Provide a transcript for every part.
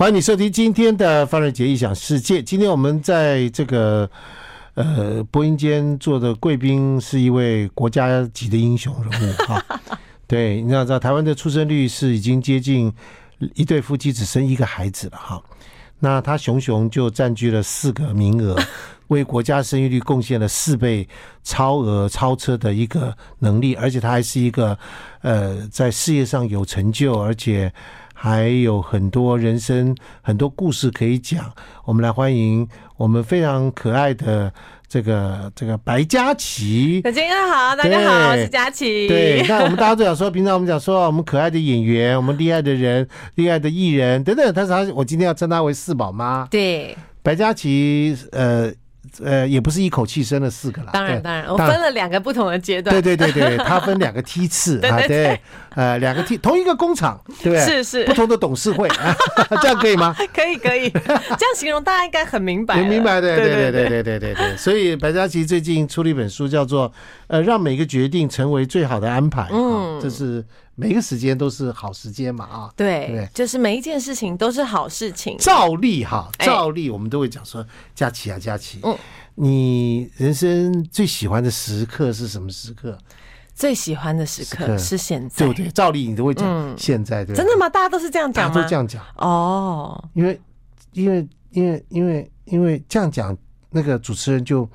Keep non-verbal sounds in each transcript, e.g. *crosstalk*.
欢迎你收听今天的范瑞杰异想世界。今天我们在这个呃播音间做的贵宾是一位国家级的英雄人物哈。对，你要知道台湾的出生率是已经接近一对夫妻只生一个孩子了哈。那他熊熊就占据了四个名额，为国家生育率贡献了四倍超额超车的一个能力，而且他还是一个呃在事业上有成就，而且还有很多人生很多故事可以讲。我们来欢迎我们非常可爱的这个这个白嘉琪。小金好，大家好，我对是佳琪。对，那我们大家都想说，平常我们讲说我们可爱的演员，我们厉害的人，厉害的艺人等等，但是他我今天要称他为四宝妈。 *laughs* 对白嘉琪，呃呃，也不是一口气生了四个啦。当然对当然，我分了两个不同的阶段对，对对对，他分两个梯次 *laughs* 啊，对，呃，两个梯，同一个工厂，对不对？是是不同的董事会， *laughs* 啊这样可以吗？可以 *laughs* 可以，这样形容大家应该很明白了。也明白的，对对对对对对对对。所以白嘉琪最近出了一本书，叫做《呃，让每个决定成为最好的安排》。嗯，这是每个时间都是好时间嘛啊。对对，就是每一件事情都是好事情。照例哈，哎照例我们都会讲说，佳琪啊，佳琪，嗯你人生最喜欢的时刻是什么时刻？最喜欢的时时刻刻是现在，对不对？照例你都会讲现在，对不对嗯真的？吗？大家都是这样大讲啊家吗？都这样讲，哦，因为因为因为因为因为这样讲，那个主持人就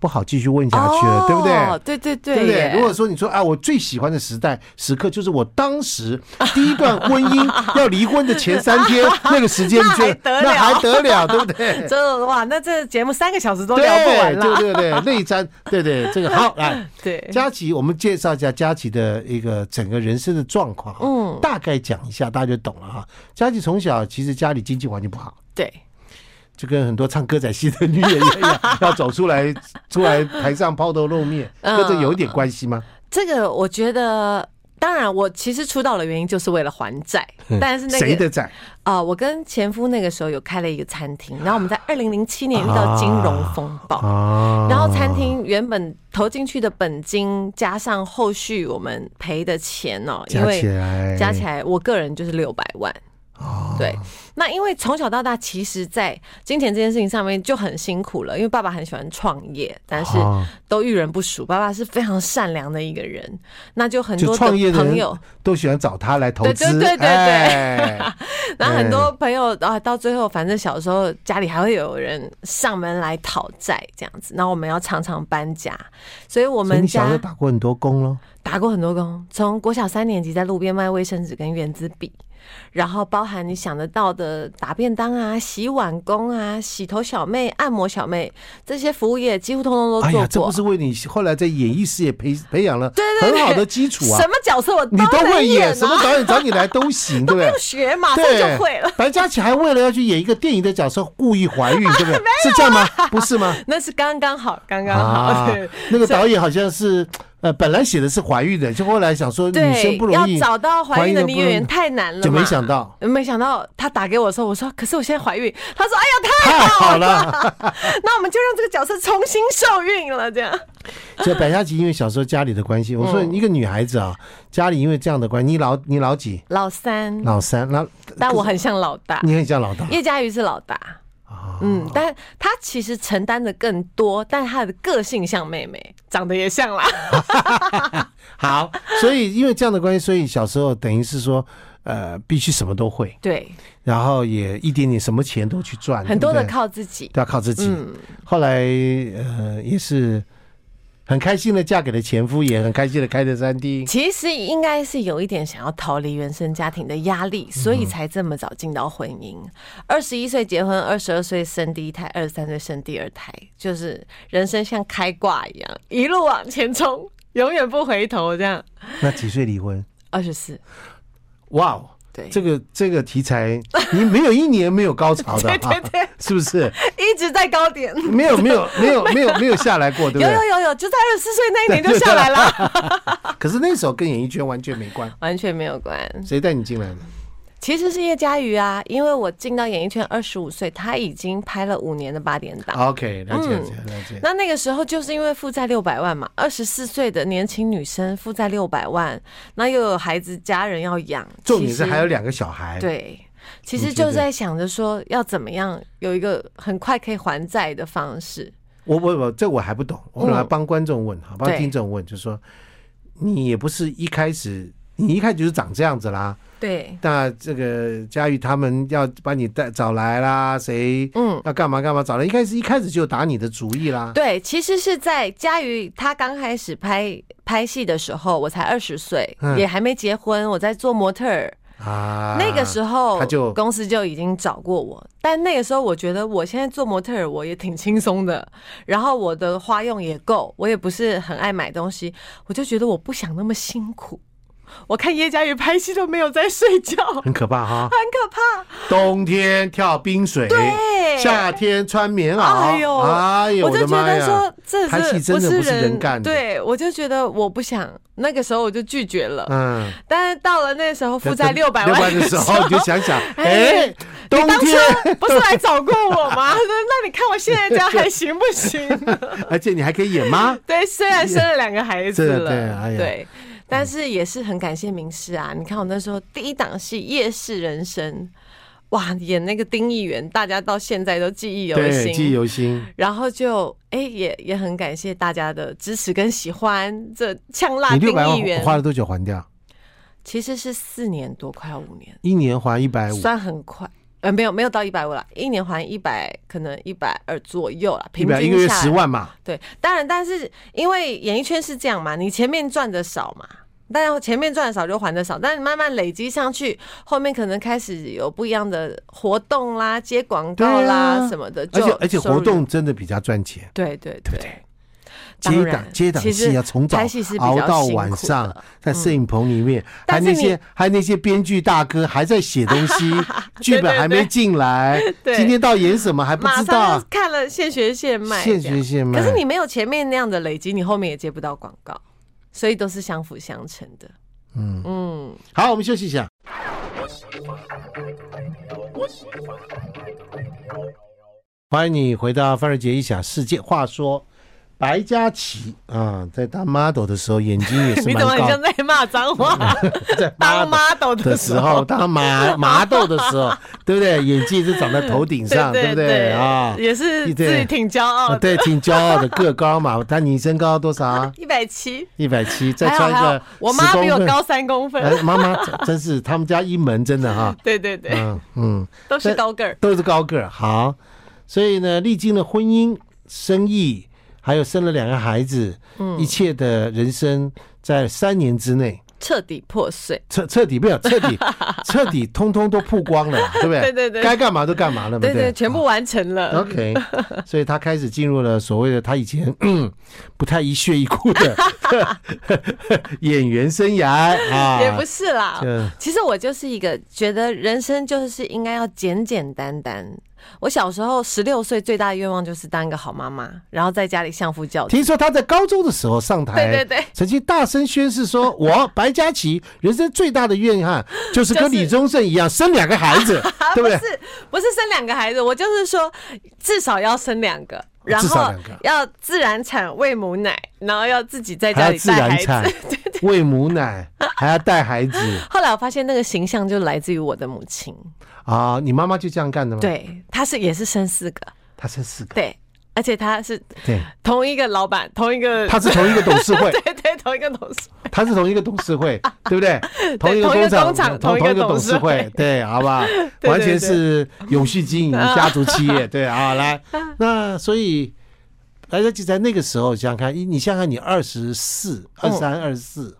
不好继续问下去了，哦对不对？对对对对不对？耶如果说你说啊，我最喜欢的时代时刻就是我当时 *laughs* 第一段婚 *laughs* 姻要离婚的前三天那个时间，你觉得那那还还得了， *laughs* 对不对？这哇，那 *laughs* 这节目三个小时都对聊不完了。对对对，内战，对对， *laughs* 这个好来。对，佳琪，我们介绍一下佳琪的一个整个人生的状况，嗯，大概讲一下，大家就懂了哈。佳琪从小其实家里经济环境不好，对就跟很多唱歌仔戏的女演员一样， *laughs* 要走出来，出来台上抛头露面， *laughs* 嗯跟这有一点关系吗？这个，我觉得。当然，我其实出道的原因就是为了还债，但是那嗯个谁的债？啊、我跟前夫那个时候有开了一个餐厅，然后我们在二零零七年遇到金融风暴，啊然后餐厅原本投进去的本金加上后续我们赔的钱哦，因加起为来，加起来我个人就是六百万。啊对，那因为从小到大，其实，在金钱这件事情上面就很辛苦了，因为爸爸很喜欢创业，但是啊都遇人不淑。爸爸是非常善良的一个人，那就很就多创业的的朋人友，都喜欢找他来投对资对，对对对哎 *laughs* 那很多朋友啊，到最后反正小时候家里还会有人上门来讨债这样子，那我们要常常搬家，所以我所以们你小时候家打过很多工喽。打过很多工，从国小三年级在路边卖卫生纸跟圆珠笔，然后包含你想得到的打便当啊、洗碗工啊、洗头小妹、按摩小妹这些服务业，几乎通通哎都呀，做这不过。是为你后来在演艺事业培培养了很好的基础啊 *laughs* 什！么角色我都你都能会演、啊，演，什么导演找你来都 *laughs* 行，对不对不？学，马上对，就会了。 *laughs* 白嘉琪还为了要去演一个电影的角色，故意怀孕， *laughs* 对不对？是这样吗？不是吗？那是刚刚好，刚 *laughs* 刚好。啊对，那个导演好像是呃，本来写的是怀孕的，就后来想说女对，生不容易要，找到怀孕的女演怀孕的员不太难了嘛，就没想到没想到他打给我的时候，我说可是我现在怀孕，他说哎太呀好了。太， *laughs* 那我们就让这个角色重新受孕了，这样所以白嘉琪因为小时候家里的关系，我嗯说一个女孩子啊，家里因为这样的关系，你老你老几？老三，老三，那但我很像老大，你很哦像老大叶嘉瑜是老大，嗯，但他其实承担的更多，但他的个性像妹妹，长得也像啦，好，所以因为这样的关系，所以小时候等于是说，呃，必须什么都会，对，然后也一点点什么钱都去赚，很多对的不对靠嗯自己，都要靠自己。后来呃也是很开心的嫁给了前夫，也很开心的开了餐厅。其实应该是有一点想要逃离原生家庭的压力，所以才这么早进到婚姻。二十一岁结婚，二十二岁生第一胎，二十三岁生第二胎，就是人生像开挂一样，一路往前冲，永远不回头。这样，那几岁离婚？二十四，哇哦！对，这个这个题材，你没有一年没有高潮的 *laughs* 对哈对对，是不是？一直在高点。 *laughs* 没有没有没有 *laughs* 没有没有下来过，对不有对有？有有，就在二十四岁那一年就下来 *laughs* 了，可是那时候跟演艺圈完全没关，完全没有关。谁带你进来的？嗯其实是叶嘉瑜啊，因为我进到演艺圈二十五岁，他已经拍了五年的八点档。啊 OK，了解了解了解。嗯那那个时候就是因为负债六百万嘛，二十四岁的年轻女生负债六百万，那又有孩子、家人要养，重点其是实还有两个小孩，对。其实就在想着说要怎么样有一个很快可以还债的方式。我我我这我还不懂，我来嗯帮观众问，好，帮对听众问，就是说你也不是一开始，你一开始就是长这样子啦。对，那这个佳玉他们要把你带找来啦，谁嗯，要干嘛干嘛找来，一开始一开始就打你的主意啦。对，其实是在佳瑜他刚开始拍拍戏的时候，我才二十岁，嗯也还没结婚，我在做模特儿。啊，那个时候，他就公司就已经找过我，但那个时候我觉得我现在做模特儿我也挺轻松的，然后我的花用也够，我也不是很爱买东西，我就觉得我不想那么辛苦。我看叶嘉瑜拍戏都没有在睡 *laughs* 觉，很啊很可怕哈，可怕。冬天跳冰水，对夏天穿棉袄，哎呦哎呦，我就的觉妈得呀说，这拍戏是真的不是人干的对我就觉得我不想，那个时候我就拒绝了。嗯，但是到了那时候负债六百六万百的时候你就想想， *laughs* 哎哎，冬当初天， *laughs* 不是来找过 *laughs* 我吗？那那你看我现在这样还行不行？而且你还可以演 *laughs* 吗？对，虽然生了两个孩子这对了，哎呀对，但是也是很感谢明师啊！你看我那时候第一档戏《夜市人生》，哇，演那个丁议员，大家到现在都记忆犹对，记忆新。犹新。然后就哎、也也很感谢大家的支持跟喜欢。这呛辣你丁六百议员万花了多久还掉？其实是四年多，快要五年。一年还一百五，算很快。呃，没有没有到一百五啦，一年还一百，可能一百二左右啦，一平均百下一个月来十。万嘛，对，当然，但是因为演艺圈是这样嘛，你前面赚的少嘛，但是前面赚的少就还的少，但是慢慢累积上去，后面可能开始有不一样的活动啦、接广告啦、对啊什么的，就而且而且收入活动真的比较赚钱。对对对不对对当接然档接档其实戏要啊从早拍戏是比较熬到辛苦晚上的，嗯在摄影棚里面，还但那是些你还那些编剧大哥还在写东 *laughs* 西，剧对本对还没对进来， *laughs* 对今天到演什么还不马知上道啊就，看了现学现卖这现样，学现卖。可是你没有前面那样的累积，你后面也接不到广告，所以都是相辅相成的。嗯嗯。好，我们休息一下。欢迎你回到范儿杰一想世界。话说，白嘉琪啊，在当 model 的时候，眼睛也 *laughs* 是 *laughs* 你蛮怎么很高像在骂脏话？ *laughs* 在当 model model 的的时候，当麻 *laughs* 麻豆的时候，对不对？眼睛也是长在头顶上，对不对啊？也是自己挺骄傲啊的，对，挺骄傲的，个高嘛。但你身高多少啊？一百七，一百七，再还好穿还个好，我10妈比我公分高三公分，哎，妈妈真真是他们家一门真的哈，对对对，嗯嗯，都是高个儿，都是高个儿。好，所以呢，历经了婚姻、生意，还有生了两个孩子，嗯一切的人生在三年之内彻底破碎。彻彻底没有彻 *laughs* 底彻底通通都曝光了，对不对？对对对该干嘛都干嘛了，对不对啊对，，全部完成了。 *laughs* OK，所以他开始进入了所谓的他以前嗯不太一血一哭的 *laughs* 演员生涯啊，也不是啦这， *laughs* 其实我就是一个觉得人生就是应该要简简单单。我小时候十六岁最大的愿望就是当一个好妈妈，然后在家里相夫教子。听说他在高中的时候上台， *laughs* 对对对曾经大声宣誓说：“我白嘉琪人生最大的愿望就是跟李宗盛一样生两个孩子，对不对 *laughs* 不是不是生两个孩子，我就是说至少要生两个，然呃至少后两个要自然产喂母奶，然后要自己在？”家还里要自带然孩产子。， *laughs* 喂母奶，还要带孩子后来我发现那个形象就来自于我的母亲，啊！你妈妈就这样干的吗？，对，她是也是生四个，她生四个，对，而且她是对，同一个老板，同一个，她是同一个董事会， *laughs* 对对，同一个同事。他是同一个董事 *laughs* 会，对不对？同一个同工一个厂，工厂同同一同个一个董董事事会 *laughs* 会，对，好吧，对完全对对是永续经营家族企 *laughs* 业，对啊，来，那所以。而且就在那个时候，想想看，你你想想看，你二十四、嗯二三、二十四，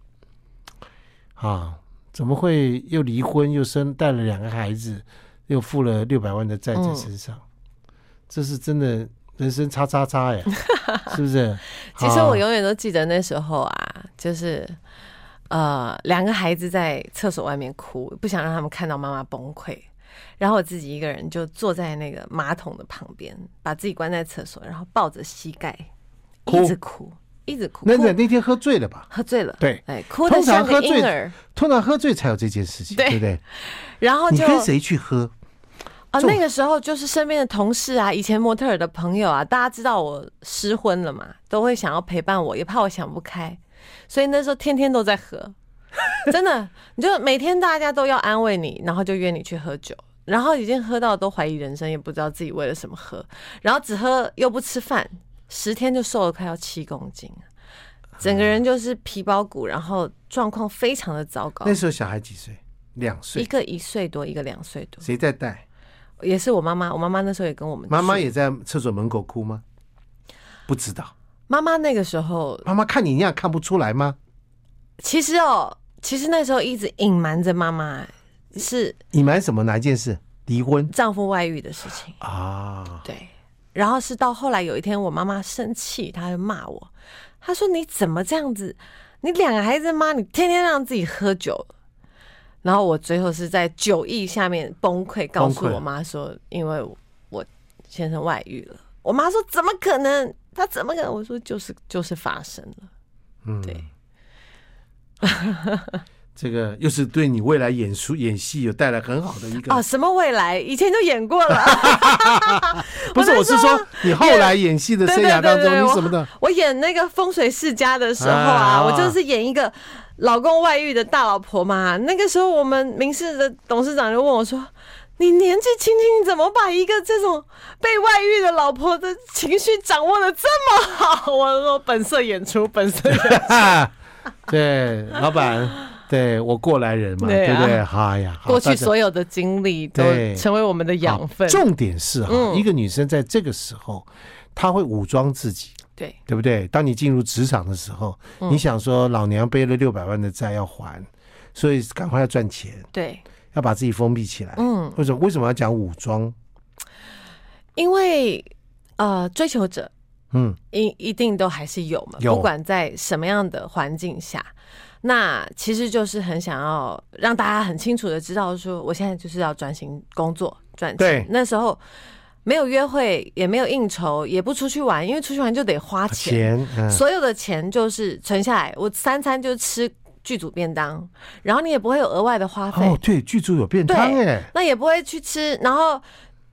啊，怎么会又离婚，又生带了两个孩子，又负了六百万的债在身嗯上？这是真的人生叉叉叉呀，是不是？ *laughs* 其实啊我永远都记得那时候啊，就是呃，两个孩子在厕所外面哭，不想让他们看到妈妈崩溃。然后我自己一个人就坐在那个马桶的旁边，把自己关在厕所，然后抱着膝盖，哭一直哭，一直哭，那哭那那天喝醉了吧？喝醉了，对哎，哭的通常像喝个醉婴儿。通常喝醉才有这件事情，对不对 *laughs* 对？然后你就跟谁去喝？啊，做那个时候就是身边的同事啊，以前模特儿的朋友啊，大家知道我失婚了嘛，都会想要陪伴我，也怕我想不开，所以那时候天天 *laughs* 都在喝，真的，你就每天大家都要安慰你，然后就约你去喝酒。然后已经喝到都怀疑人生，也不知道自己为了什么喝，然后只喝又不吃饭，十天就瘦了快要七公斤，整个人就是皮包骨，然后状况非常的糟糕那。时候小孩几岁？两一岁。个一岁多，一个两岁多，谁在带？也是我妈妈。我妈妈那时候也跟我们妈妈去也在厕所门口哭吗？不知道。妈妈那个时候妈妈看你那样看不出来吗？其实哦，其实那时候一直隐瞒着妈妈嗯是隐瞒什么？哪一件事？离婚丈夫外遇的事情，啊？对。然后是到后来有一天，我妈妈生气，她就骂我，她说：“你怎么这样子？你两个孩子妈，你天天让自己喝酒。”然后我最后是在酒意下面崩溃，告诉崩溃我妈说：“因为我先生外遇了。”我妈说：“怎么可能？他怎么可能？”我说：“就是就是发生了。”嗯对，这个又是对你未来演出演戏有带来很好的一个哦，。什么未来？以前就演过了。不是，我我那是时候说你后来演戏的对生对涯对当对，中，对你怎么的？我？我演那个风水世家的时候啊，啊我就是演一个老公外遇的大老婆嘛。那个时候我们明视的董事长就问我说：“你年纪轻轻，你怎么把一个这种被外遇的老婆的情绪掌握的这么好？”我说：“本色演出，*laughs* 本色演出。啊， *laughs* *laughs* 对，老板，对我过来人嘛，对对啊不对？哎呀，好过去大家所有的经历都对成为我们的养分。好啊重点是哈、嗯一个女生在这个时候，她会武装自己，对，对不对？当你进入职场的时候，嗯你想说老娘背了六百万的债要还，所以赶快要赚钱，对，要把自己封闭起来。嗯，为什么为什么要讲武装？因为呃，追求者嗯，一一定都还是有嘛，有不管在什么样的环境下，那其实就是很想要让大家很清楚的知道，说我现在就是要专心工作赚钱对。那时候没有约会，也没有应酬，也不出去玩，因为出去玩就得花钱，钱，嗯，所有的钱就是存下来，我三餐就吃剧组便当，然后你也不会有额外的花费。哦，对，剧组有便当对哎，那也不会去吃，然后。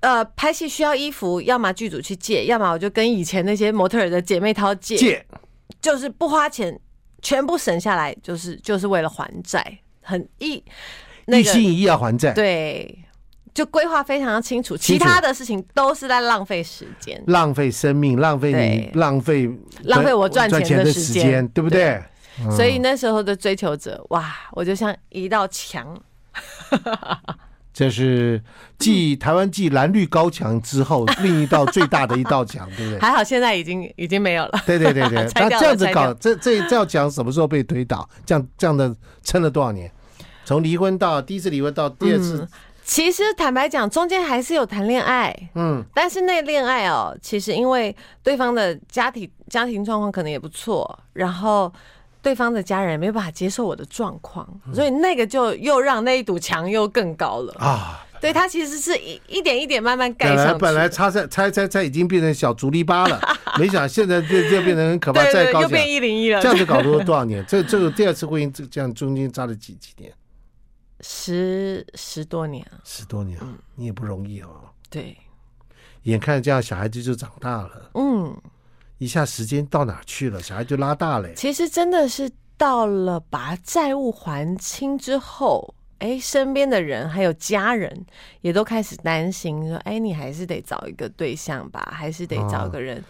呃，拍戏需要衣服，要么剧组去借，要么我就跟以前那些模特儿的姐妹淘借，借就是不花钱，全部省下来，就是就是为了还债，很一那一个心一意要还债，对，就规划非常清楚，清其楚他的事情都是在浪费时间。浪费生命，浪费你对，浪费浪费我赚钱的钱的时时间间，对不对？所以那时候的追求者，哇，我就像一道墙，这是嗯继台湾继蓝绿高墙之 *laughs* 后另一道最大的一道墙，对不对？还好现在已经已经没有了。对对对对， *laughs* 拆那掉了这样子拆掉搞，了这这这道墙什么时候被推倒？这样这样的撑了多少年？从离婚到第一次离婚到第二次，嗯其实坦白讲，中间还是有谈恋爱，嗯，但是那恋爱哦，其实因为对方的家庭家庭状况可能也不错，然后对方的家人也没有办法接受我的状况，嗯所以那个就又让那一堵墙又更高了。啊，对，它其实是一一点一点慢慢盖本上去来的。本来拆拆拆拆拆已经变成小竹篱笆 *laughs* 了，没想到现在就就变成很可怕，对再对对，高又墙变，一零一了这，样子搞了多少年？这这个第二次婚姻这这样中间差了几几年？十十多年啊，十多年，你也不容易哦。对，眼看这样小孩子就长大了。嗯，一下时间到哪去了？小孩就拉大了耶。其实真的是到了把债务还清之后。哎，身边的人还有家人也都开始担心，说：“哎，你还是得找一个对象吧，还是得找个人。啊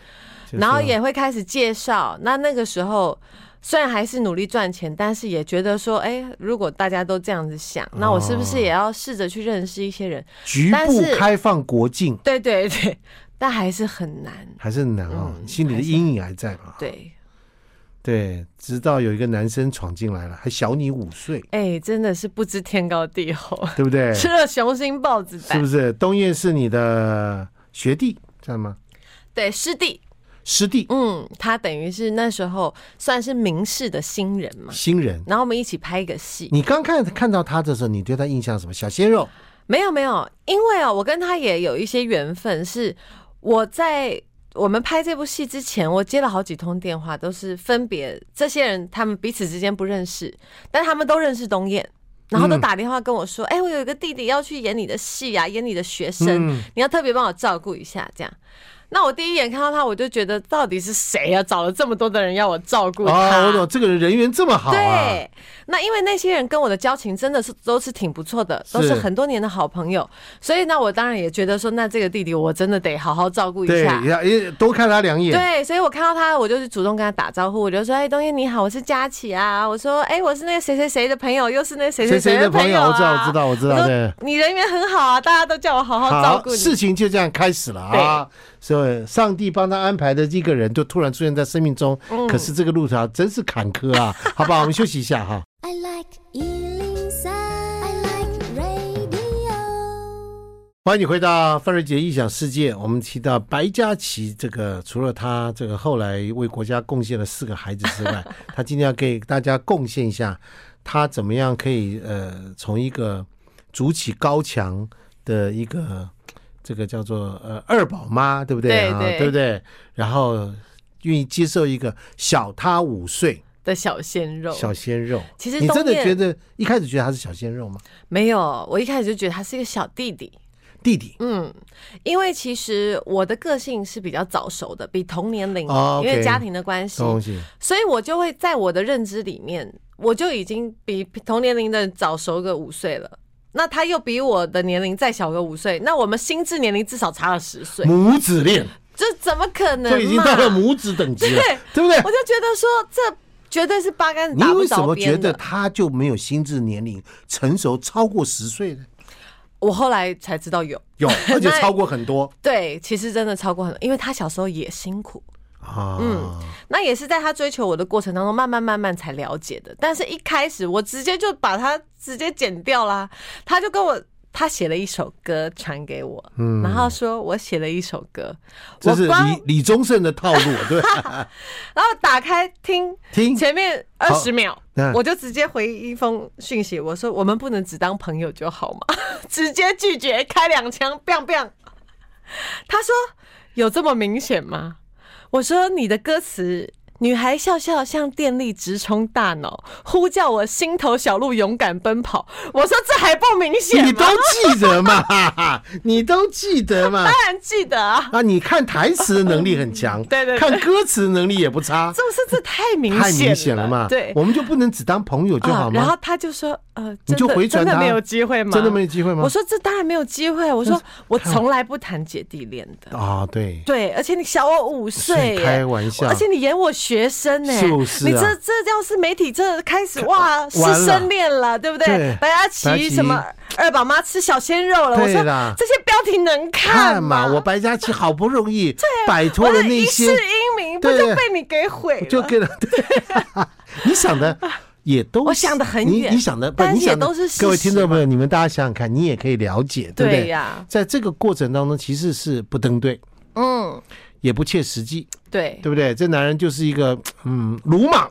就是然后也会开始介绍。那那个时候虽然还是努力赚钱，但是也觉得说，哎、如果大家都这样子想，啊那我是不是也要试着去认识一些人？局但部是开放国境对对对， *laughs* 但还是很难。还是很难啊、嗯心里的阴影还在嘛。对，对，直到有一个男生闯进来了，还小你五岁，哎、真的是不知天高地厚，对不 *laughs* 对？吃了雄心豹子是胆。不是？东叶是你的学弟，知道吗？对，师弟，师弟，嗯，他等于是那时候算是明视的新人嘛。新人。然后我们一起拍一个戏，你刚看看到他的时候，你对他印象什么？小鲜肉，没有没有，因为哦，我跟他也有一些缘分，是我在我们拍这部戏之前，我接了好几通电话，都是分别这些人他们彼此之间不认识，但他们都认识东燕。然后都嗯打电话跟我说：“哎、我有一个弟弟要去演你的戏啊，演你的学生，嗯，你要特别帮我照顾一下。”这样，那我第一眼看到他，我就觉得到底是谁啊？找了这么多的人要我照顾他。啊，我懂，这个人人缘这么好啊，对，那因为那些人跟我的交情真的是都是挺不错的，都是是很多年的好朋友，所以呢，我当然也觉得说，那这个弟弟我真的得好好照顾一下。要也多看他两眼，对，所以我看到他，我就是主动跟他打招呼，我就说：“哎，东英你好，我是佳琪啊。”我说：“哎，我是那个谁谁谁的朋友，又是那个谁谁谁谁的朋朋友，啊。我知道，我知道，我知道，我对说。你人缘很好啊，大家都叫我好好照顾你。事情就这样开始了啊！所以上帝帮他安排的一个人，就突然出现在生命中。嗯可是这个路程真是坎坷啊！好吧，我们休息一下哈。 I like Ealing Sound. I like radio. 欢迎你回到范瑞杰异想世界。我们提到白嘉琪，这个除了他这个后来为国家贡献了四个孩子之 *laughs* 外，他今天要给大家贡献一下，他怎么样可以呃从一个筑起高墙的一个这个叫做呃二宝妈，对不对对啊？对对不对？然后愿意接受一个小他五岁的小鲜肉，小鲜肉。其实你真的东燕觉得一开始觉得他是小鲜肉吗？没有，我一开始就觉得他是一个小弟弟。弟弟，嗯，因为其实我的个性是比较早熟的，比同年龄，哦因为 OK 家庭的关系，东西所以我就会在我的认知里面，我就已经比同年龄的人早熟个五岁了。那他又比我的年龄再小个五岁，那我们心智年龄至少差了十岁，母子恋。这怎么可能嘛？就已经到了母子等级了对， *laughs* 对不对 *laughs* 我？就觉得说，这绝对是八竿子你打不为什着么觉边得的。他就没有心智年龄成熟超过十岁呢？我后来才知道有，有，而且那超过很多对，其实真的超过很多，因为他小时候也辛苦。啊。那也是在他追求我的过程当中，慢慢慢慢才了解的。但是一开始我直接就把他直接剪掉啦，他就跟我。他写了一首歌传给我，然后说我写了一首歌，嗯这我是光李李宗盛的套路， *laughs* 对吧，然后打开听听前面二十秒嗯，我就直接回一封讯息，我说我们不能只当朋友就好吗？ *laughs* 直接拒绝，开两枪，biang biang。他说有这么明显吗？我说你的歌词。女孩笑笑，像电力直冲大脑，呼叫我心头小鹿勇敢奔跑。我说这还不明显吗？你都记得嘛？ *laughs* 你都记得 *laughs* 嘛？当然记得啊！啊，你看台词能力很强， *laughs* 对对对看歌词能力也不 *laughs* 差是，不是这太明显太明显了嘛。对，我们就不能只当朋友就好啊，然吗后？他就说：“呃，你真就的回传真的他没有机会吗？真的没有机会吗我说：“这当然没有机会。”我说：“我从来不谈姐弟恋的。啊，对”，对，而且你小我五岁耶，开玩笑而且你演我学生呢，就是啊你这这要是媒体这开始哇，师完了生恋了，对不对对？白嘉白嘉琪琪什么二宝妈吃小鲜肉了，我对说啦这些标题能看嘛，吗？我白嘉琪好不容 *laughs* 易摆脱啊我了的那一世些英名不对就被你给毁了？就给了。 *laughs* 对，你想的也都是，我想得很远你你想的，不但是你想的也都是事实各位听众朋友，你们大家想想看，你也可以了解，对不对？对呀在这个过程当中，其实是不登对，嗯，也不切实际，对，对不对？这男人就是一个嗯，鲁莽、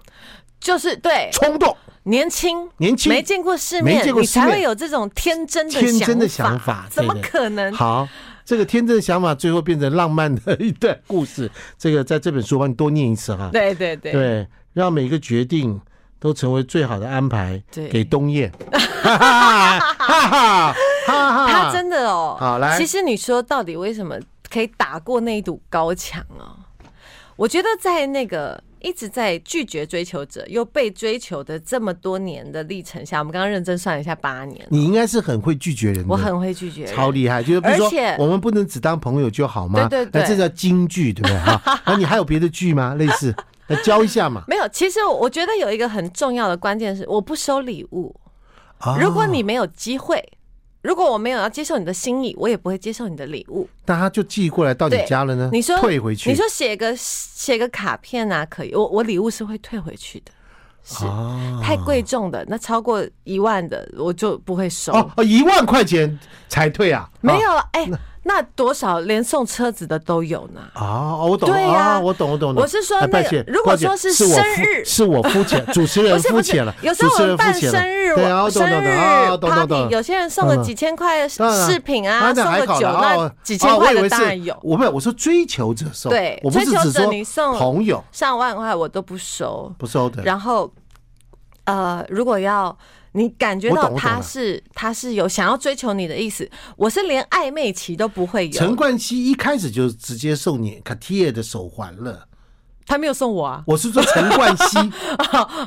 就是对，冲动、年轻，年轻没见过世面，没见过世面你才会有这种天真的想天真的想法，怎么对不对可能？好？这个天真的想法，最后变成浪漫的一段故事。这个在这本书，我帮你多念一次哈。对对对，对，让每个决定都成为最好的安排，对给东 *laughs* 燕，哈哈哈哈哈哈，他真的哦，好来其实你说到底为什么可以打过那一堵高墙哦？我觉得在那个一直在拒绝追求者又被追求的这么多年的历程下，我们刚刚认真算了一下，八年，你应该是很会拒绝人的，我很会拒绝人，嗯超厉害，就是比如而说且我们不能只当朋友就好吗？对对对那这叫京剧，对不对 *laughs* 哈？那你还有别的剧吗？类似，那教一下嘛。没有，其实我觉得有一个很重要的关键是，我不收礼物。啊 *laughs* 如果你没有机会，如果我没有要接受你的心意，我也不会接受你的礼物。那他就寄过来到你对家了呢，你说呃退回去，你说写个写个卡片啊，可以，我我礼物是会退回去的。是啊太贵重的，那超过一万的我就不会收。哦哦，一万块钱才退啊？没啊有，哎、那多少连送车子的都有呢？哦，我懂，对呀哦我懂，我懂，懂我是说哎那个抱歉如果抱歉说是是我生肤日是我肤 *laughs* 浅，主持人不是肤不是浅了，，有时候主我持们人肤办浅生日，了，对啊，我我生懂懂懂，日啊懂懂 party，懂有。些人送了嗯几千块当然饰品啊，那送还了好酒，啦哦那几千哦我块以的为当是然有。我不，我说追求者送，对我不是追求只者说你送朋友上万块我都不收，不收的，然后呃，如果要你感觉我到懂我懂他了是他是有想要追求你的意思，我是连暧昧期都不会陈有，冠希一开始就直接送你 Cartier 的手环了，他没有送我啊， *laughs* 我是说陈冠希，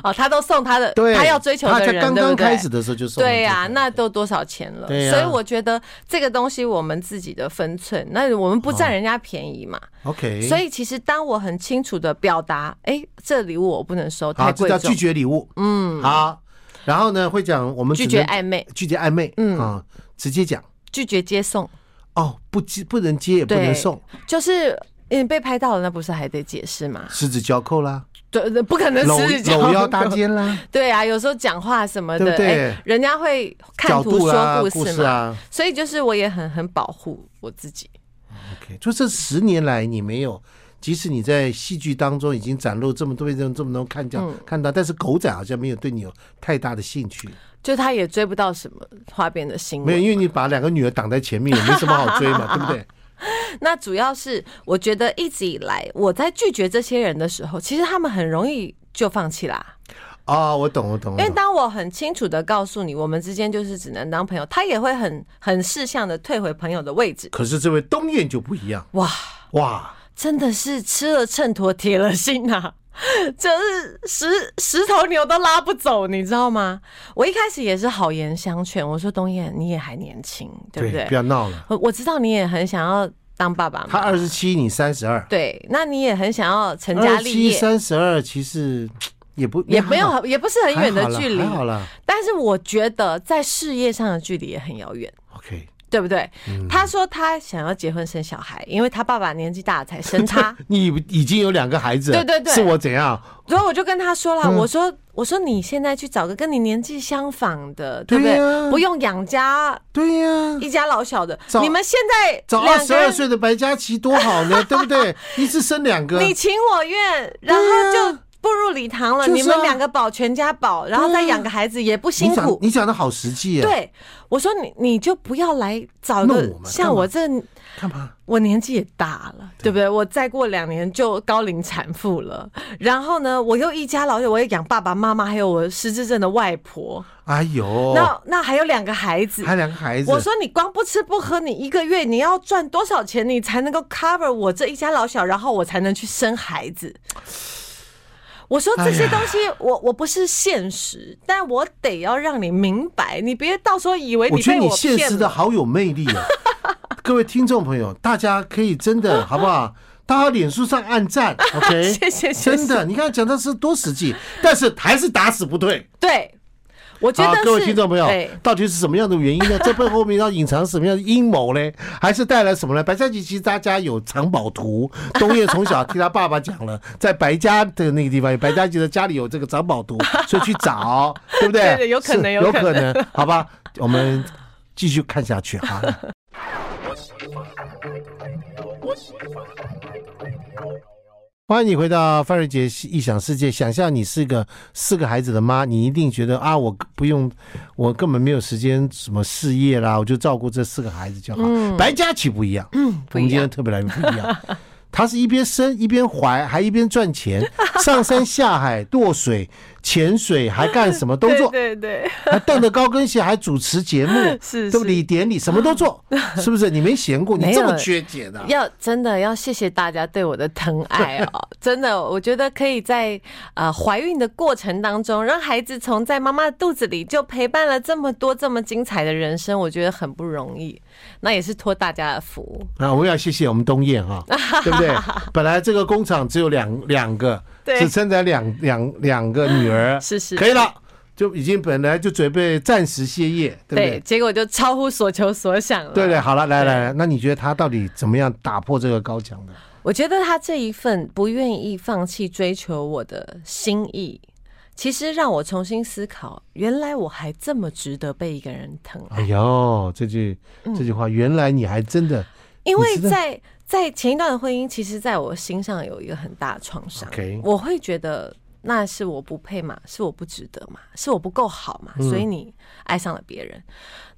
哦，他都送他的，对，他要追求的他人，在刚对不刚对开始的时候就送你对呀、这个那都多少钱了？对呀所以我觉得这个东西我们自己的分寸，那我们不占人家便宜嘛。 OK，所以其实当我很清楚的表达，哎、这礼物我不能收，好，太这贵叫重拒，绝礼物，嗯，好，然后呢会讲我们拒只绝能暧昧，拒绝暧昧，嗯啊，直接讲拒绝接送，哦，不接不能接也不能对送，就是。嗯，被拍到了，那不是还得解释吗？十指交扣啦，对，对不可能搂是搂腰搭。肩啦， *laughs* 对啊，有时候讲话什么的，对不对哎人家会看角图度说啦，故故事事嘛。啊所以就是我也很很保护我自己。 ，OK，就这十年来你没有。即使你在戏剧当中已经展露这么多被人这么多看到、嗯看到，但是狗仔好像没有对你有太大的兴趣，就他也追不到什么花边的新闻，没有，因为你把两个女儿挡在前面，也没什么好追 *laughs* 嘛，对不对？那主要是我觉得一直以来我在拒绝这些人的时候，其实他们很容易就放弃啦。哦，我懂，我懂，我因为懂当我很清楚的告诉你，我们之间就是只能当朋友，他也会很很识相的退回朋友的位置。可是这位东燕就不一样，哇，哇，真的是吃了秤砣铁了心啊！ *laughs* 就是十十头牛都拉不走，你知道吗？我一开始也是好言相劝，我说东燕你也还年轻，对不对？不要闹了。我我知道你也很想要当爸爸他嘛，二十七，你三十二，对，那你也很想要成家二立七业，三十二，其实也不也没有还好很也不是很远的距离还，好啦。还好啦但是我觉得在事业上的距离也很遥远。 OK，。对不对？他说他想要结婚生小孩，因为他爸爸年纪大了才生他 *laughs* 你已经有两个孩子了，对对对是我怎样？所以我就跟他说嗯了，我说我说你现在去找个跟你年纪相仿的，对不对对？呀不用养家对呀，一家老小的找，你们现在找二两十个二人，岁的白嘉琪多好呢，对不 *laughs* 对？一次生两个，你情我愿，对然呀后就步入礼堂了。就是啊你们两个保全家保，然后再养个孩子也不辛啊你讲苦。你讲的好实际耶，，啊对，我说你你就不要来找一个弄我们干像嘛我这干嘛？我年纪也大了，对不对？我再过两年就高龄产妇了，然后呢，我又一家老小，我也养爸爸妈妈，还有我失智症的外婆，哎呦，那那还有两个孩子。还两个孩子，我说你光不吃不喝，你一个月你要赚多少钱，你才能够 cover 我这一家老小，然后我才能去生孩子？我说这些东哎西，我我不是现实，但我得要让你明白，你别到时候以为我你觉得被你现骗实的了。好有魅力 *laughs* 啊！各位听众朋友，大家可以真的好不好？大家脸书上按赞，OK？ *laughs* 谢谢谢谢真的，你看讲的是多实际，但是还是打死不退。对，我觉好得是、，哎各位听众朋友对，到底是什么样的原因呢？ *laughs* 这背后面要隐藏什么样的阴谋呢？还是带来什么呢？白嘉琪其实大家有藏宝图，东叶从小听他爸爸讲 *laughs* 了，在白家的那个地方，白嘉琪的家里有这个藏宝图， *laughs* 所以去找，对不对？对对有可能是有有可可能，好吧？我们继续看下去哈。欢迎你回到范瑞杰异想世界。想象你是个四个孩子的妈，你一定觉得啊，我不用，我根本没有时间什么事业啦，我就照顾这四个孩子就好。白嘉琪不一样，嗯，不我一们样今天特别来宾不一样，他是一边生一边怀，还一边赚钱， *laughs* 上山下海、剁水、潜水，还干什么都做，对对对，还蹬着高跟鞋，还主持节目， *laughs* 是对不？是礼典礼什么都 *laughs* 做，是不是？你没闲过，你没这有么缺姐的啊。要真的要谢谢大家对我的疼爱 *laughs* 哦，真的，我觉得可以在呃怀孕的过程当中，让孩子从在妈妈的肚子里就陪伴了这么多这么精彩的人生，我觉得很不容易。那也是托大家的福，啊，我也要谢谢我们东燕 *laughs* 哈，对不对？本来这个工厂只有两两个，对只生产两两两个女儿， *laughs* 是是可以了，就已经本来就准备暂时歇业，对不对？结果就超乎所求所想了。对对，好了，来对来来，那你觉得他到底怎么样打破这个高墙的？我觉得他这一份不愿意放弃追求我的心意，其实让我重新思考，原来我还这么值得被一个人疼爱哎。呦，这句嗯这句话，原来你还真的因为你知道在在前一段的婚姻，其实在我心上有一个很大的创伤 OK 我会觉得那是我不配嘛，是我不值得嘛，是我不够好嘛，嗯所以你爱上了别人。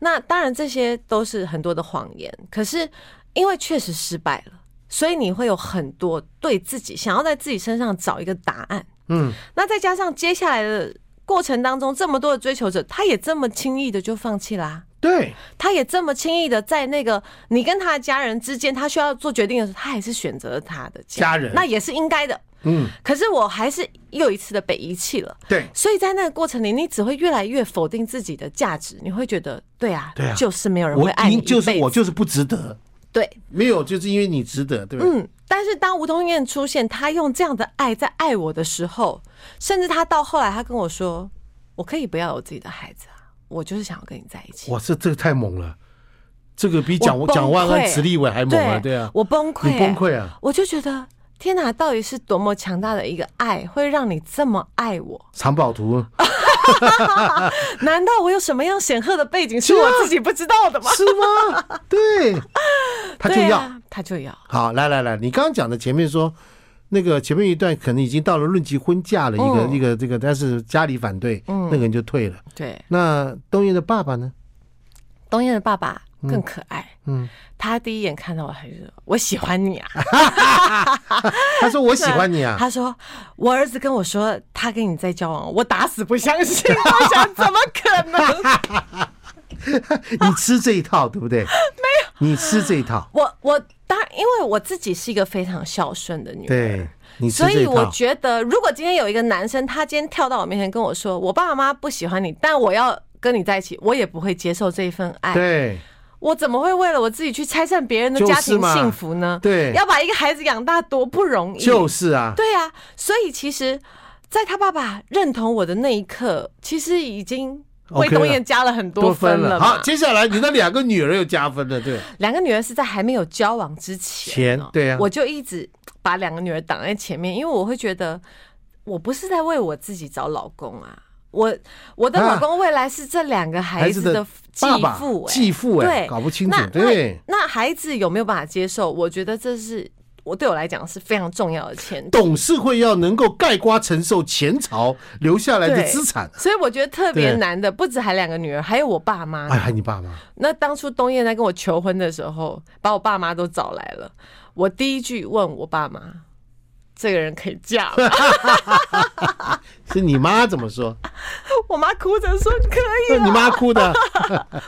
那当然这些都是很多的谎言，可是因为确实失败了，所以你会有很多对自己想要在自己身上找一个答案。嗯，那再加上接下来的过程当中这么多的追求者，他也这么轻易的就放弃啦、对，他也这么轻易的在那个你跟他的家人之间，他需要做决定的时候，他还是选择了他的家人那也是应该的。嗯，可是我还是又一次的被遗弃了。对所以在那个过程里，你只会越来越否定自己的价值，你会觉得，对啊，对啊就是没有人我会爱你一应辈子，就是我就是不值得，对，没有就是因为你值得，对不对？嗯。但是当吴宗宪出现，他用这样的爱在爱我的时候，甚至他到后来，他跟我说：“我可以不要有自己的孩子啊，我就是想要跟你在一起。哇，这这个太猛了，这个比讲我崩溃讲万安、慈立伟还猛啊！对啊，我崩溃、你崩溃啊！我就觉得天哪，到底是多么强大的一个爱，会让你这么爱 *laughs* 我？藏宝图难道我有什么样显赫的背景啊是我自己不知道的吗？是吗？对，他就对要啊，他就要，好，来来来，你刚刚讲的前面说，那个前面一段可能已经到了论及婚嫁了，一个、嗯一个这个，但是家里反对，那个人就退了。对。那东燕的爸爸呢？东燕的爸爸更可爱，嗯，他第一眼看到我还是我喜欢你啊， *laughs* 他说我喜欢你啊，他说我儿子跟我说他跟你在交往，我打死不相 *laughs* 信，我想怎么可能？啊 *laughs* 你吃这一套对不对？没有，你吃这一套，我我当然因为我自己是一个非常孝顺的女人，对你吃所这以一我套，觉得，如果今天有一个男生，他今天跳到我面前跟我说：“我爸妈不喜欢你，但我要跟你在一起。”我也不会接受这一份爱。对我怎么会为了我自己去拆散别人的就是家庭嘛幸福呢？对要把一个孩子养大多不容易。就是啊，对啊，所以其实，在他爸爸认同我的那一刻，其实已经为 OK 了东燕加了很多分了嘛好，。接下来你那两个女儿又加分了，对，两个女儿是在还没有交往之前哦、前对啊我就一直把两个女儿挡在前面，因为我会觉得我不是在为我自己找老公啊，我我的啊老公未来是这两个孩子的继爸爸父、哎继父哎，对，搞不清楚那，对，那那孩子有没有办法接受？我觉得这是我对我来讲是非常重要的前提。董事会要能够盖瓜承受前朝留下来的对资产。所以我觉得特别对难的，不止还两个女儿，还有我爸妈。哎，还你爸妈？那当初东燕在跟我求婚的时候，把我爸妈都找来了。我第一句问我爸妈：“这个人可以嫁吗是你妈怎么说？？”我妈哭着说：“可以那你啦。妈哭的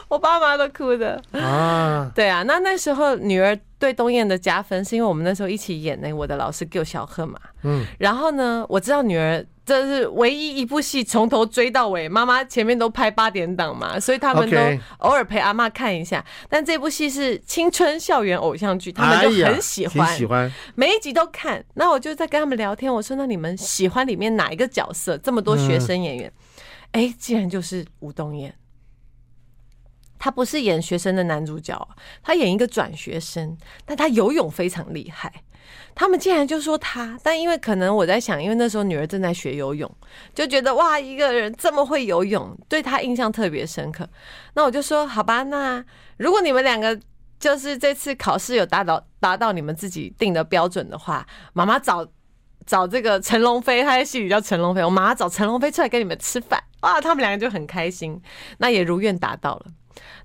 我爸妈都哭的。啊？对啊，那那时候女儿对东燕的加分，是因为我们那时候一起演那个《我的老师救小贺》嘛。嗯嗯。然后呢，我知道女儿这是唯一一部戏从头追到尾，妈妈前面都拍八点档嘛，所以他们都 OK 偶尔陪阿妈看一下。但这部戏是青春校园偶像剧，他们哎就很喜欢，挺喜欢。每一集都看。那我就在跟他们聊天，我说：“那你们喜欢里面哪一个角色？这么多学生演员，哎、竟然就是吴东燕。他不是演学生的男主角，啊他演一个转学生，但他游泳非常厉害。他们竟然就说他，但因为可能我在想，因为那时候女儿正在学游泳，就觉得哇，一个人这么会游泳，对他印象特别深刻。那我就说，好吧，那如果你们两个就是这次考试有达到达到你们自己定的标准的话，妈妈找找这个成龙飞，他在戏里叫成龙飞，我妈妈找成龙飞出来跟你们吃饭，哇，他们两个就很开心，那也如愿达到了。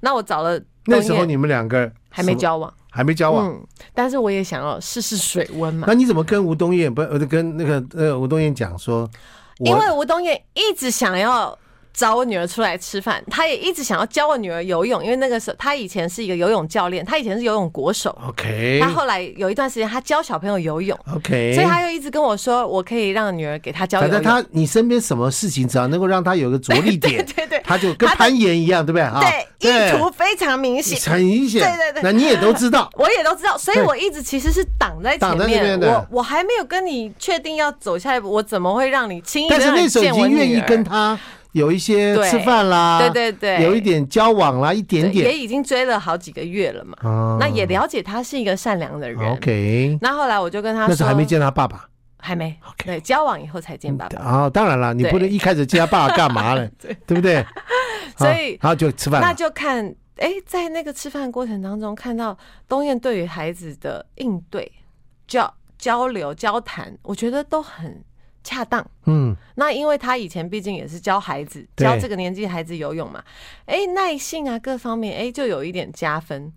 那我找了那时东候燕你们两个还没什么，交往，还没交往。嗯，但是我也想要试试水温嘛那。你怎么跟吴东燕不呃跟那个呃吴东燕讲说？因我为吴东燕一直想要找我女儿出来吃饭，她也一直想要教我女儿游泳，因为那个时候她以前是一个游泳教练，她以前是游泳国手， OK 她后来有一段时间她教小朋友游泳， OK，所以她又一直跟我说，我可以让女儿给她教反游正泳。他你身边什么事情，只要能够让他有个着 *laughs* 力点，对对对他就跟攀岩一样，对不对啊？对，意图非常明显，很明显，对对对那你也都知道。我也都知道，所以对我一直其实是挡在前挡在那边面，的我我还没有跟你确定要走下一步，我怎么会 *laughs* 让你轻易地但是让那你时候已见我经女儿？愿意跟他有一些对吃饭啦，对对对有一点交往啦，一点对点也已经追了好几个月了嘛，啊那也了解他是一个善良的人。 OK，那后来我就跟他说，那时候还没，见他爸爸。还没 OK 对，交往以后才见爸爸。啊，当然了，你对不能一开始见他爸爸干嘛 *laughs* 呢？对不对？所以然后就吃饭那了。就看，哎、在那个吃饭过程当中，看到东燕对于孩子的应对、交交流、交谈，我觉得都很恰当。嗯，那因为他以前毕竟也是教孩子，对教这个年纪孩子游泳嘛，哎、耐性啊各方面，哎、就有一点加分。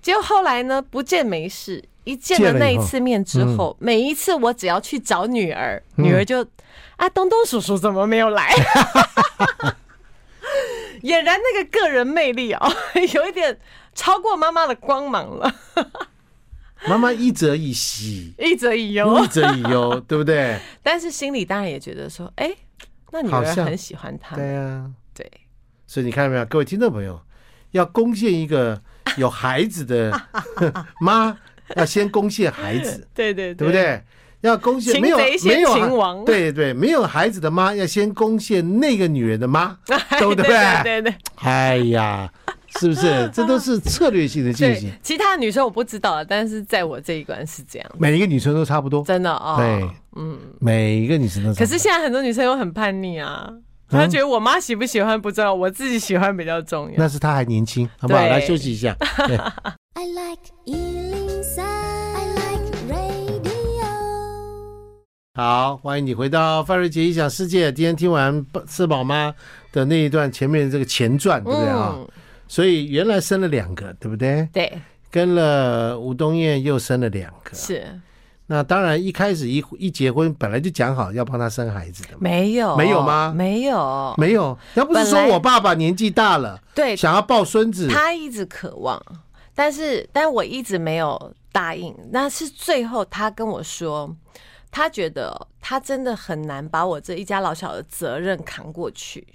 结果后来呢，不见没事，一见了见了以那一后次面之嗯后，每一次我只要去找女儿，嗯女儿就啊，东东叔叔怎么没有来？ *laughs* 俨然那个个人魅力哦， *laughs* 有一点超过妈妈的光芒了，妈妈一则以喜，一则一忧。一则以忧，对不 *laughs* 对？但是心里当然也觉得说，哎、那女儿好像很喜欢他，对啊，对，所以你看到没有，各位听众朋友，要攻陷一个有孩子 *laughs* 的妈，要先攻陷孩子，对对对不？对？要攻陷擒没有贼先没有擒王对对，没有孩子的妈要先攻陷那个女人的 *laughs* 妈， *laughs* 对不对对 *laughs* 对对哎呀，是不 *laughs* 是？这都是策略性的进行对。，其他的女生我不知道啊，但是在我这一关是这样，每一个女生都差不多，真的哦。对，嗯。每一个女生都差可不多。是现在很多女生又很叛逆啊，她觉得我妈喜不喜欢不重要，我自己喜欢比较重要。嗯那是她还年轻，好不好？对来休息一下。对 I like Ealing Sound. I like radio. 好，欢迎你回到范瑞杰异想世界。今天听完四宝妈的那一段前面这个前传，对不对啊？嗯，所以原来生了两个，对不对？对，跟了吴东燕又生了两个。是那当然一开始一一结婚，本来就讲好要帮他生孩子的嘛。没有没有吗没有，没有，那不是说本来我爸爸年纪大了，对想要抱孙子，他一直渴望，但是但我一直没有答应。那是最后他跟我说，他觉得他真的很难把我这一家老小的责任扛过去，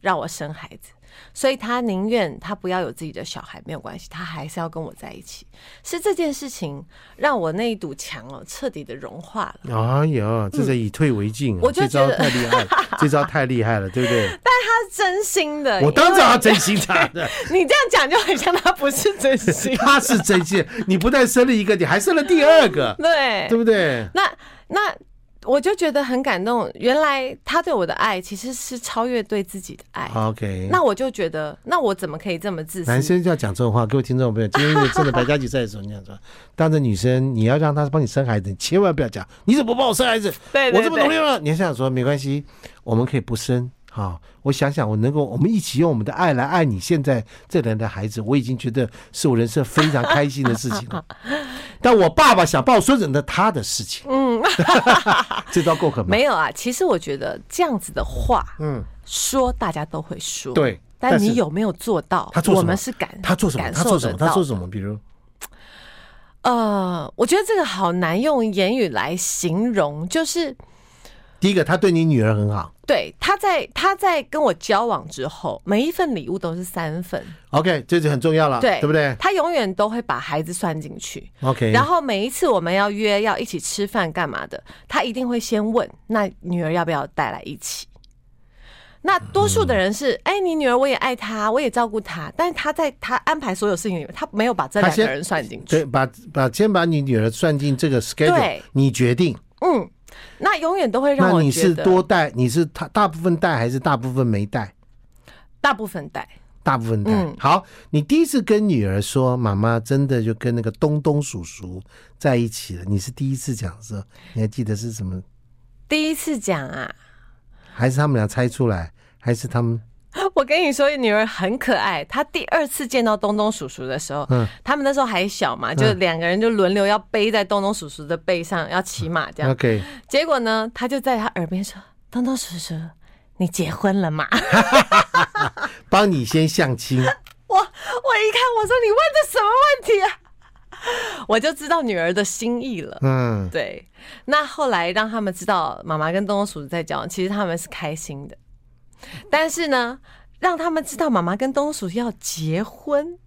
让我生孩子。所以他宁愿他不要有自己的小孩没有关系，他还是要跟我在一起。是这件事情让我那一堵墙哦彻底的融化了。哎呦，这是以退为进、啊嗯我就这招觉得太厉害 *laughs* 了，这招太厉害了，对不对？他是真心的，我当因然为要真心他 *laughs* 的，你这样讲就很像他不是真 *laughs* 心。他是真心。你不但生了一个，你还生了第二个， *laughs* 对对不对？那那我就觉得很感动，原来他对我的爱其实是超越对自己的爱。 OK，那我就觉得，那我怎么可以这么自私？啊男生就要讲这种话，各位听众朋友，今天因为趁着白嘉琪在的时候，你讲说， *laughs* 当着女生你要让她帮你生孩子，你千万不要讲，你怎么不帮我生孩子？对我对这么努力对，了，你还想说没关系，我们可以不生。好、我想想，我能够，我们一起用我们的爱来爱你现在这人的孩子，我已经觉得是我人生非常开心的事情 *laughs* 了。但我爸爸想抱孙子，那他的事情，嗯，这招够狠吗？没有啊。其实我觉得这样子的话嗯，说，大家都会说。对但但是你有没有做到？他做什么我们是感他做什么？感他受做什得么？他到做的什么？比如，呃，我觉得这个好难用言语来形容，就是第一个，他对你女儿很好对他在他在跟我交往之后，每一份礼物都是三份， ，OK，这就很重要了，对啊对不对他永远都会把孩子算进去。 ？OK，然后每一次我们要约要一起吃饭干嘛的，他一定会先问那女儿要不要带来一起。那多数的人是，嗯哎、你女儿我也爱她，我也照顾她，但是他在他安排所有事情里面，他没有把这他两个先人算进去对，。把把先把你女儿算进这个 schedule，对你决定。嗯，那永远都会让那我你觉是得多带？你是他大部分带还是大部分没带？大部分带，大部分带。嗯好，你第一次跟女儿说妈妈真的就跟那个东东叔叔在一起了，你是第一次讲的时候，你还记得是什么？第一次讲啊， *laughs* 还是他们俩猜出来？还是他们？我跟你说，女儿很可爱。她第二次见到东东叔叔的时候，嗯他们那时候还小嘛，就两个人就轮流要背在东东叔叔的背上，要骑马这样。 OK， *laughs* 结果呢，他就在他耳边说：“东东叔叔，你结婚了吗？” *laughs* 帮你先相亲，我我一看，我说你问的什么问题啊？ *laughs* 我就知道女儿的心意了。嗯，对，那后来让他们知道妈妈跟东东叔叔在交往，其实他们是开心的。但是呢，让他们知道妈妈跟东东叔叔要结婚，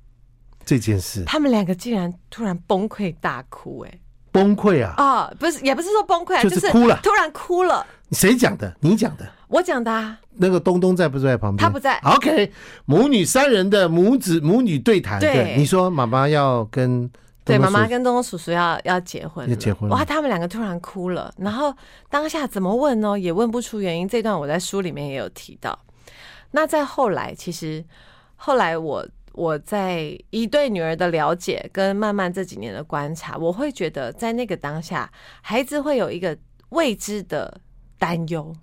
这件事他们两个竟然突然崩溃大哭、哎。崩溃啊！啊、不是，也不是说崩溃啊，就就是是哭了突然哭了。谁讲的？你讲的。我讲的、啊，那个东东在不在旁边？他不在 OK，母女三人的母子母女对谈。对你说妈妈要跟东对，东妈妈叔跟东东叔叔要要结婚了，要结婚了哇，他们两个突然哭了，然后当下怎么问呢？也问不出原因。这段我在书里面也有提到。那再后来，其实后来我我在一对女儿的了解跟慢慢这几年的观察，我会觉得在那个当下，孩子会有一个未知的担忧。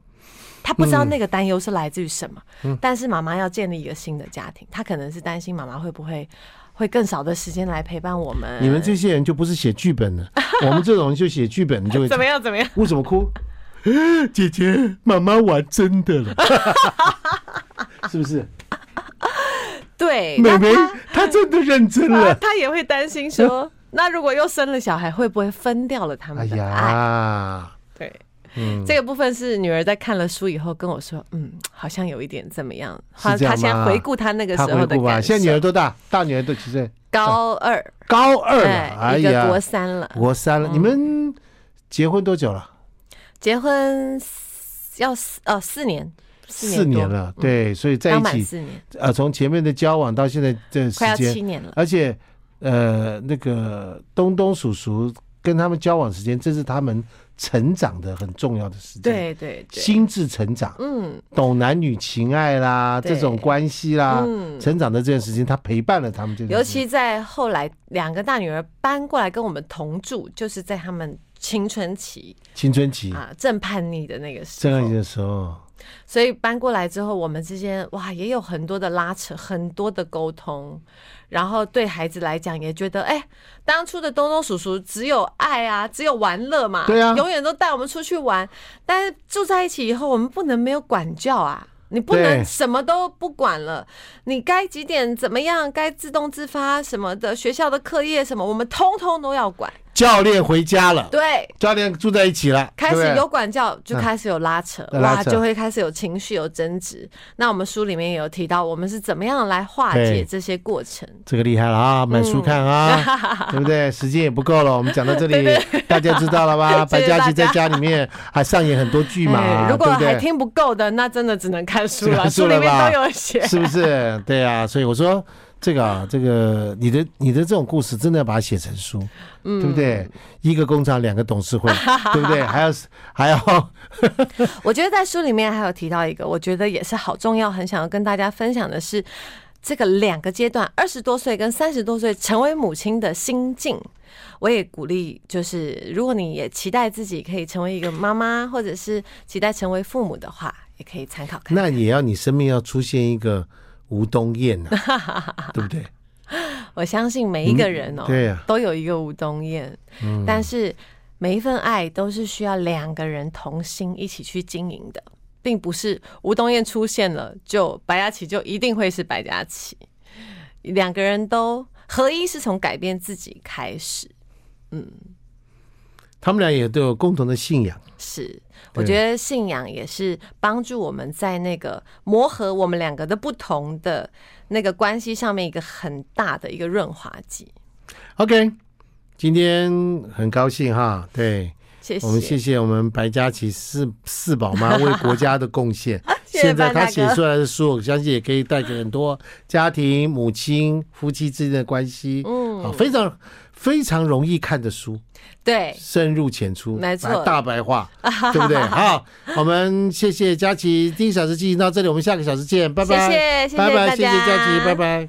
他不知嗯道那个担忧是来自于什么，但是妈妈要建立一个新的家庭，他可能是担心妈妈会不会会更少的时间来陪伴我们。你们这些人就不是写剧本 *laughs* 的，我们这种人就写剧本，你就会怎么样？怎么样？ *laughs* 为什么哭？ *gasps* 姐姐，妈妈玩真的 *laughs* 了，是不是？对，妹那妹他她真的认真他了。他也会担 *laughs* 心说，那如果又生了小孩，会不会分掉了他哎们的爱？呀，对，嗯，这个部分是女儿在看了书以后跟我说，嗯，好像有一点怎么样？是她这样她现在吗回顾她那个时她候回的顾吧。感现在女儿受。多大？大女儿都几岁？高二，高二了。哎对，一个国呀，三嗯了，国三了。你们结婚多久了？结婚四要四哦四年，四多年了，，对，所以嗯在刚一满起，四年，呃，从前面的交往到现在这快时间，要七年了。而且，呃，那个东东叔叔跟他们交往时间，这是他们成长的很重要的时间，，对对对，心智成长，嗯懂男女情爱啦，对这种关系啦，嗯，成长的这段时间，他陪伴了他们这段尤时间，其在后来两个大女儿搬过来跟我们同住，就是在他们青春期青春期啊正叛逆的那个时这样候，的时候，所以搬过来之后，我们之间哇也有很多的拉扯，很多的沟通，然后对孩子来讲也觉得，哎，当初的东东叔叔只有爱啊，只有玩乐嘛，对啊永远都带我们出去玩，但是住在一起以后，我们不能没有管教啊。你不对能什么都不管了，你该几点怎么样，该自动自发什么的，学校的课业什么，我们通通都要管。教练回家了，对，教练住在一起了，开对不始对有管教，就开始有拉扯，嗯哇，拉扯就会开始有情绪、有争执。那我们书里面也有提到，我们是怎么样来化对解这些过程。这个厉害了啊，买书看嗯 *laughs* 啊， *laughs* 对不对？时间也不够了，我们讲到这里，大家知道了 *laughs* 吧？谢白谢嘉大琪在家家里面 *laughs* 还上演很多剧嘛，哎对如果不还对？听不够的，那真的只能看书了，看书书了里吧面都有写。是不 *laughs* 是？对啊，所以我说这个啊，这个你的你的这种故事真的要把它写成书，嗯对不对？一个工厂，两个董 *laughs* 事会，对不对？还要还要 *laughs* 我觉得在书里面还有提到一个，我觉得也是好重要，很想要跟大家分享的是，这个两个阶段，二十多岁跟三十多岁成为母亲的心境。我也鼓励，就是如果你也期待自己可以成为一个妈妈，或者是期待成为父母的话，也可以参考看。那也要你生命要出现一个吴东燕呐、 *laughs* 对不对？我相信每一个人哦、嗯对呀嗯都有一个吴东燕，但是每一份爱都是需要两个人同心一起去经营的，并不是吴东燕出现了就白嘉琪就一定会是白嘉琪，两个人都合一是从改变自己开始，他们俩也都有共同的信仰，是，我觉得信仰也是帮助我们在那个磨合我们两个的不同的那个关系上面一个很大的一个润滑剂。 OK，今天很高兴哈，对谢我们谢谢，谢我们白嘉琪四四宝 *laughs* 妈为国家的贡献。啊谢谢现在班大她哥写出来的书，我相信也可以带给很多家庭、母亲、夫妻之间的关系，嗯，啊，非常非常容易看的书，对，深入浅出，没错白大白 *laughs* 话，对不对？好，我们谢谢佳琪，第一小时进行到这里，我们下个小时见，拜拜，谢谢谢谢拜拜，谢大谢佳琪，家拜拜。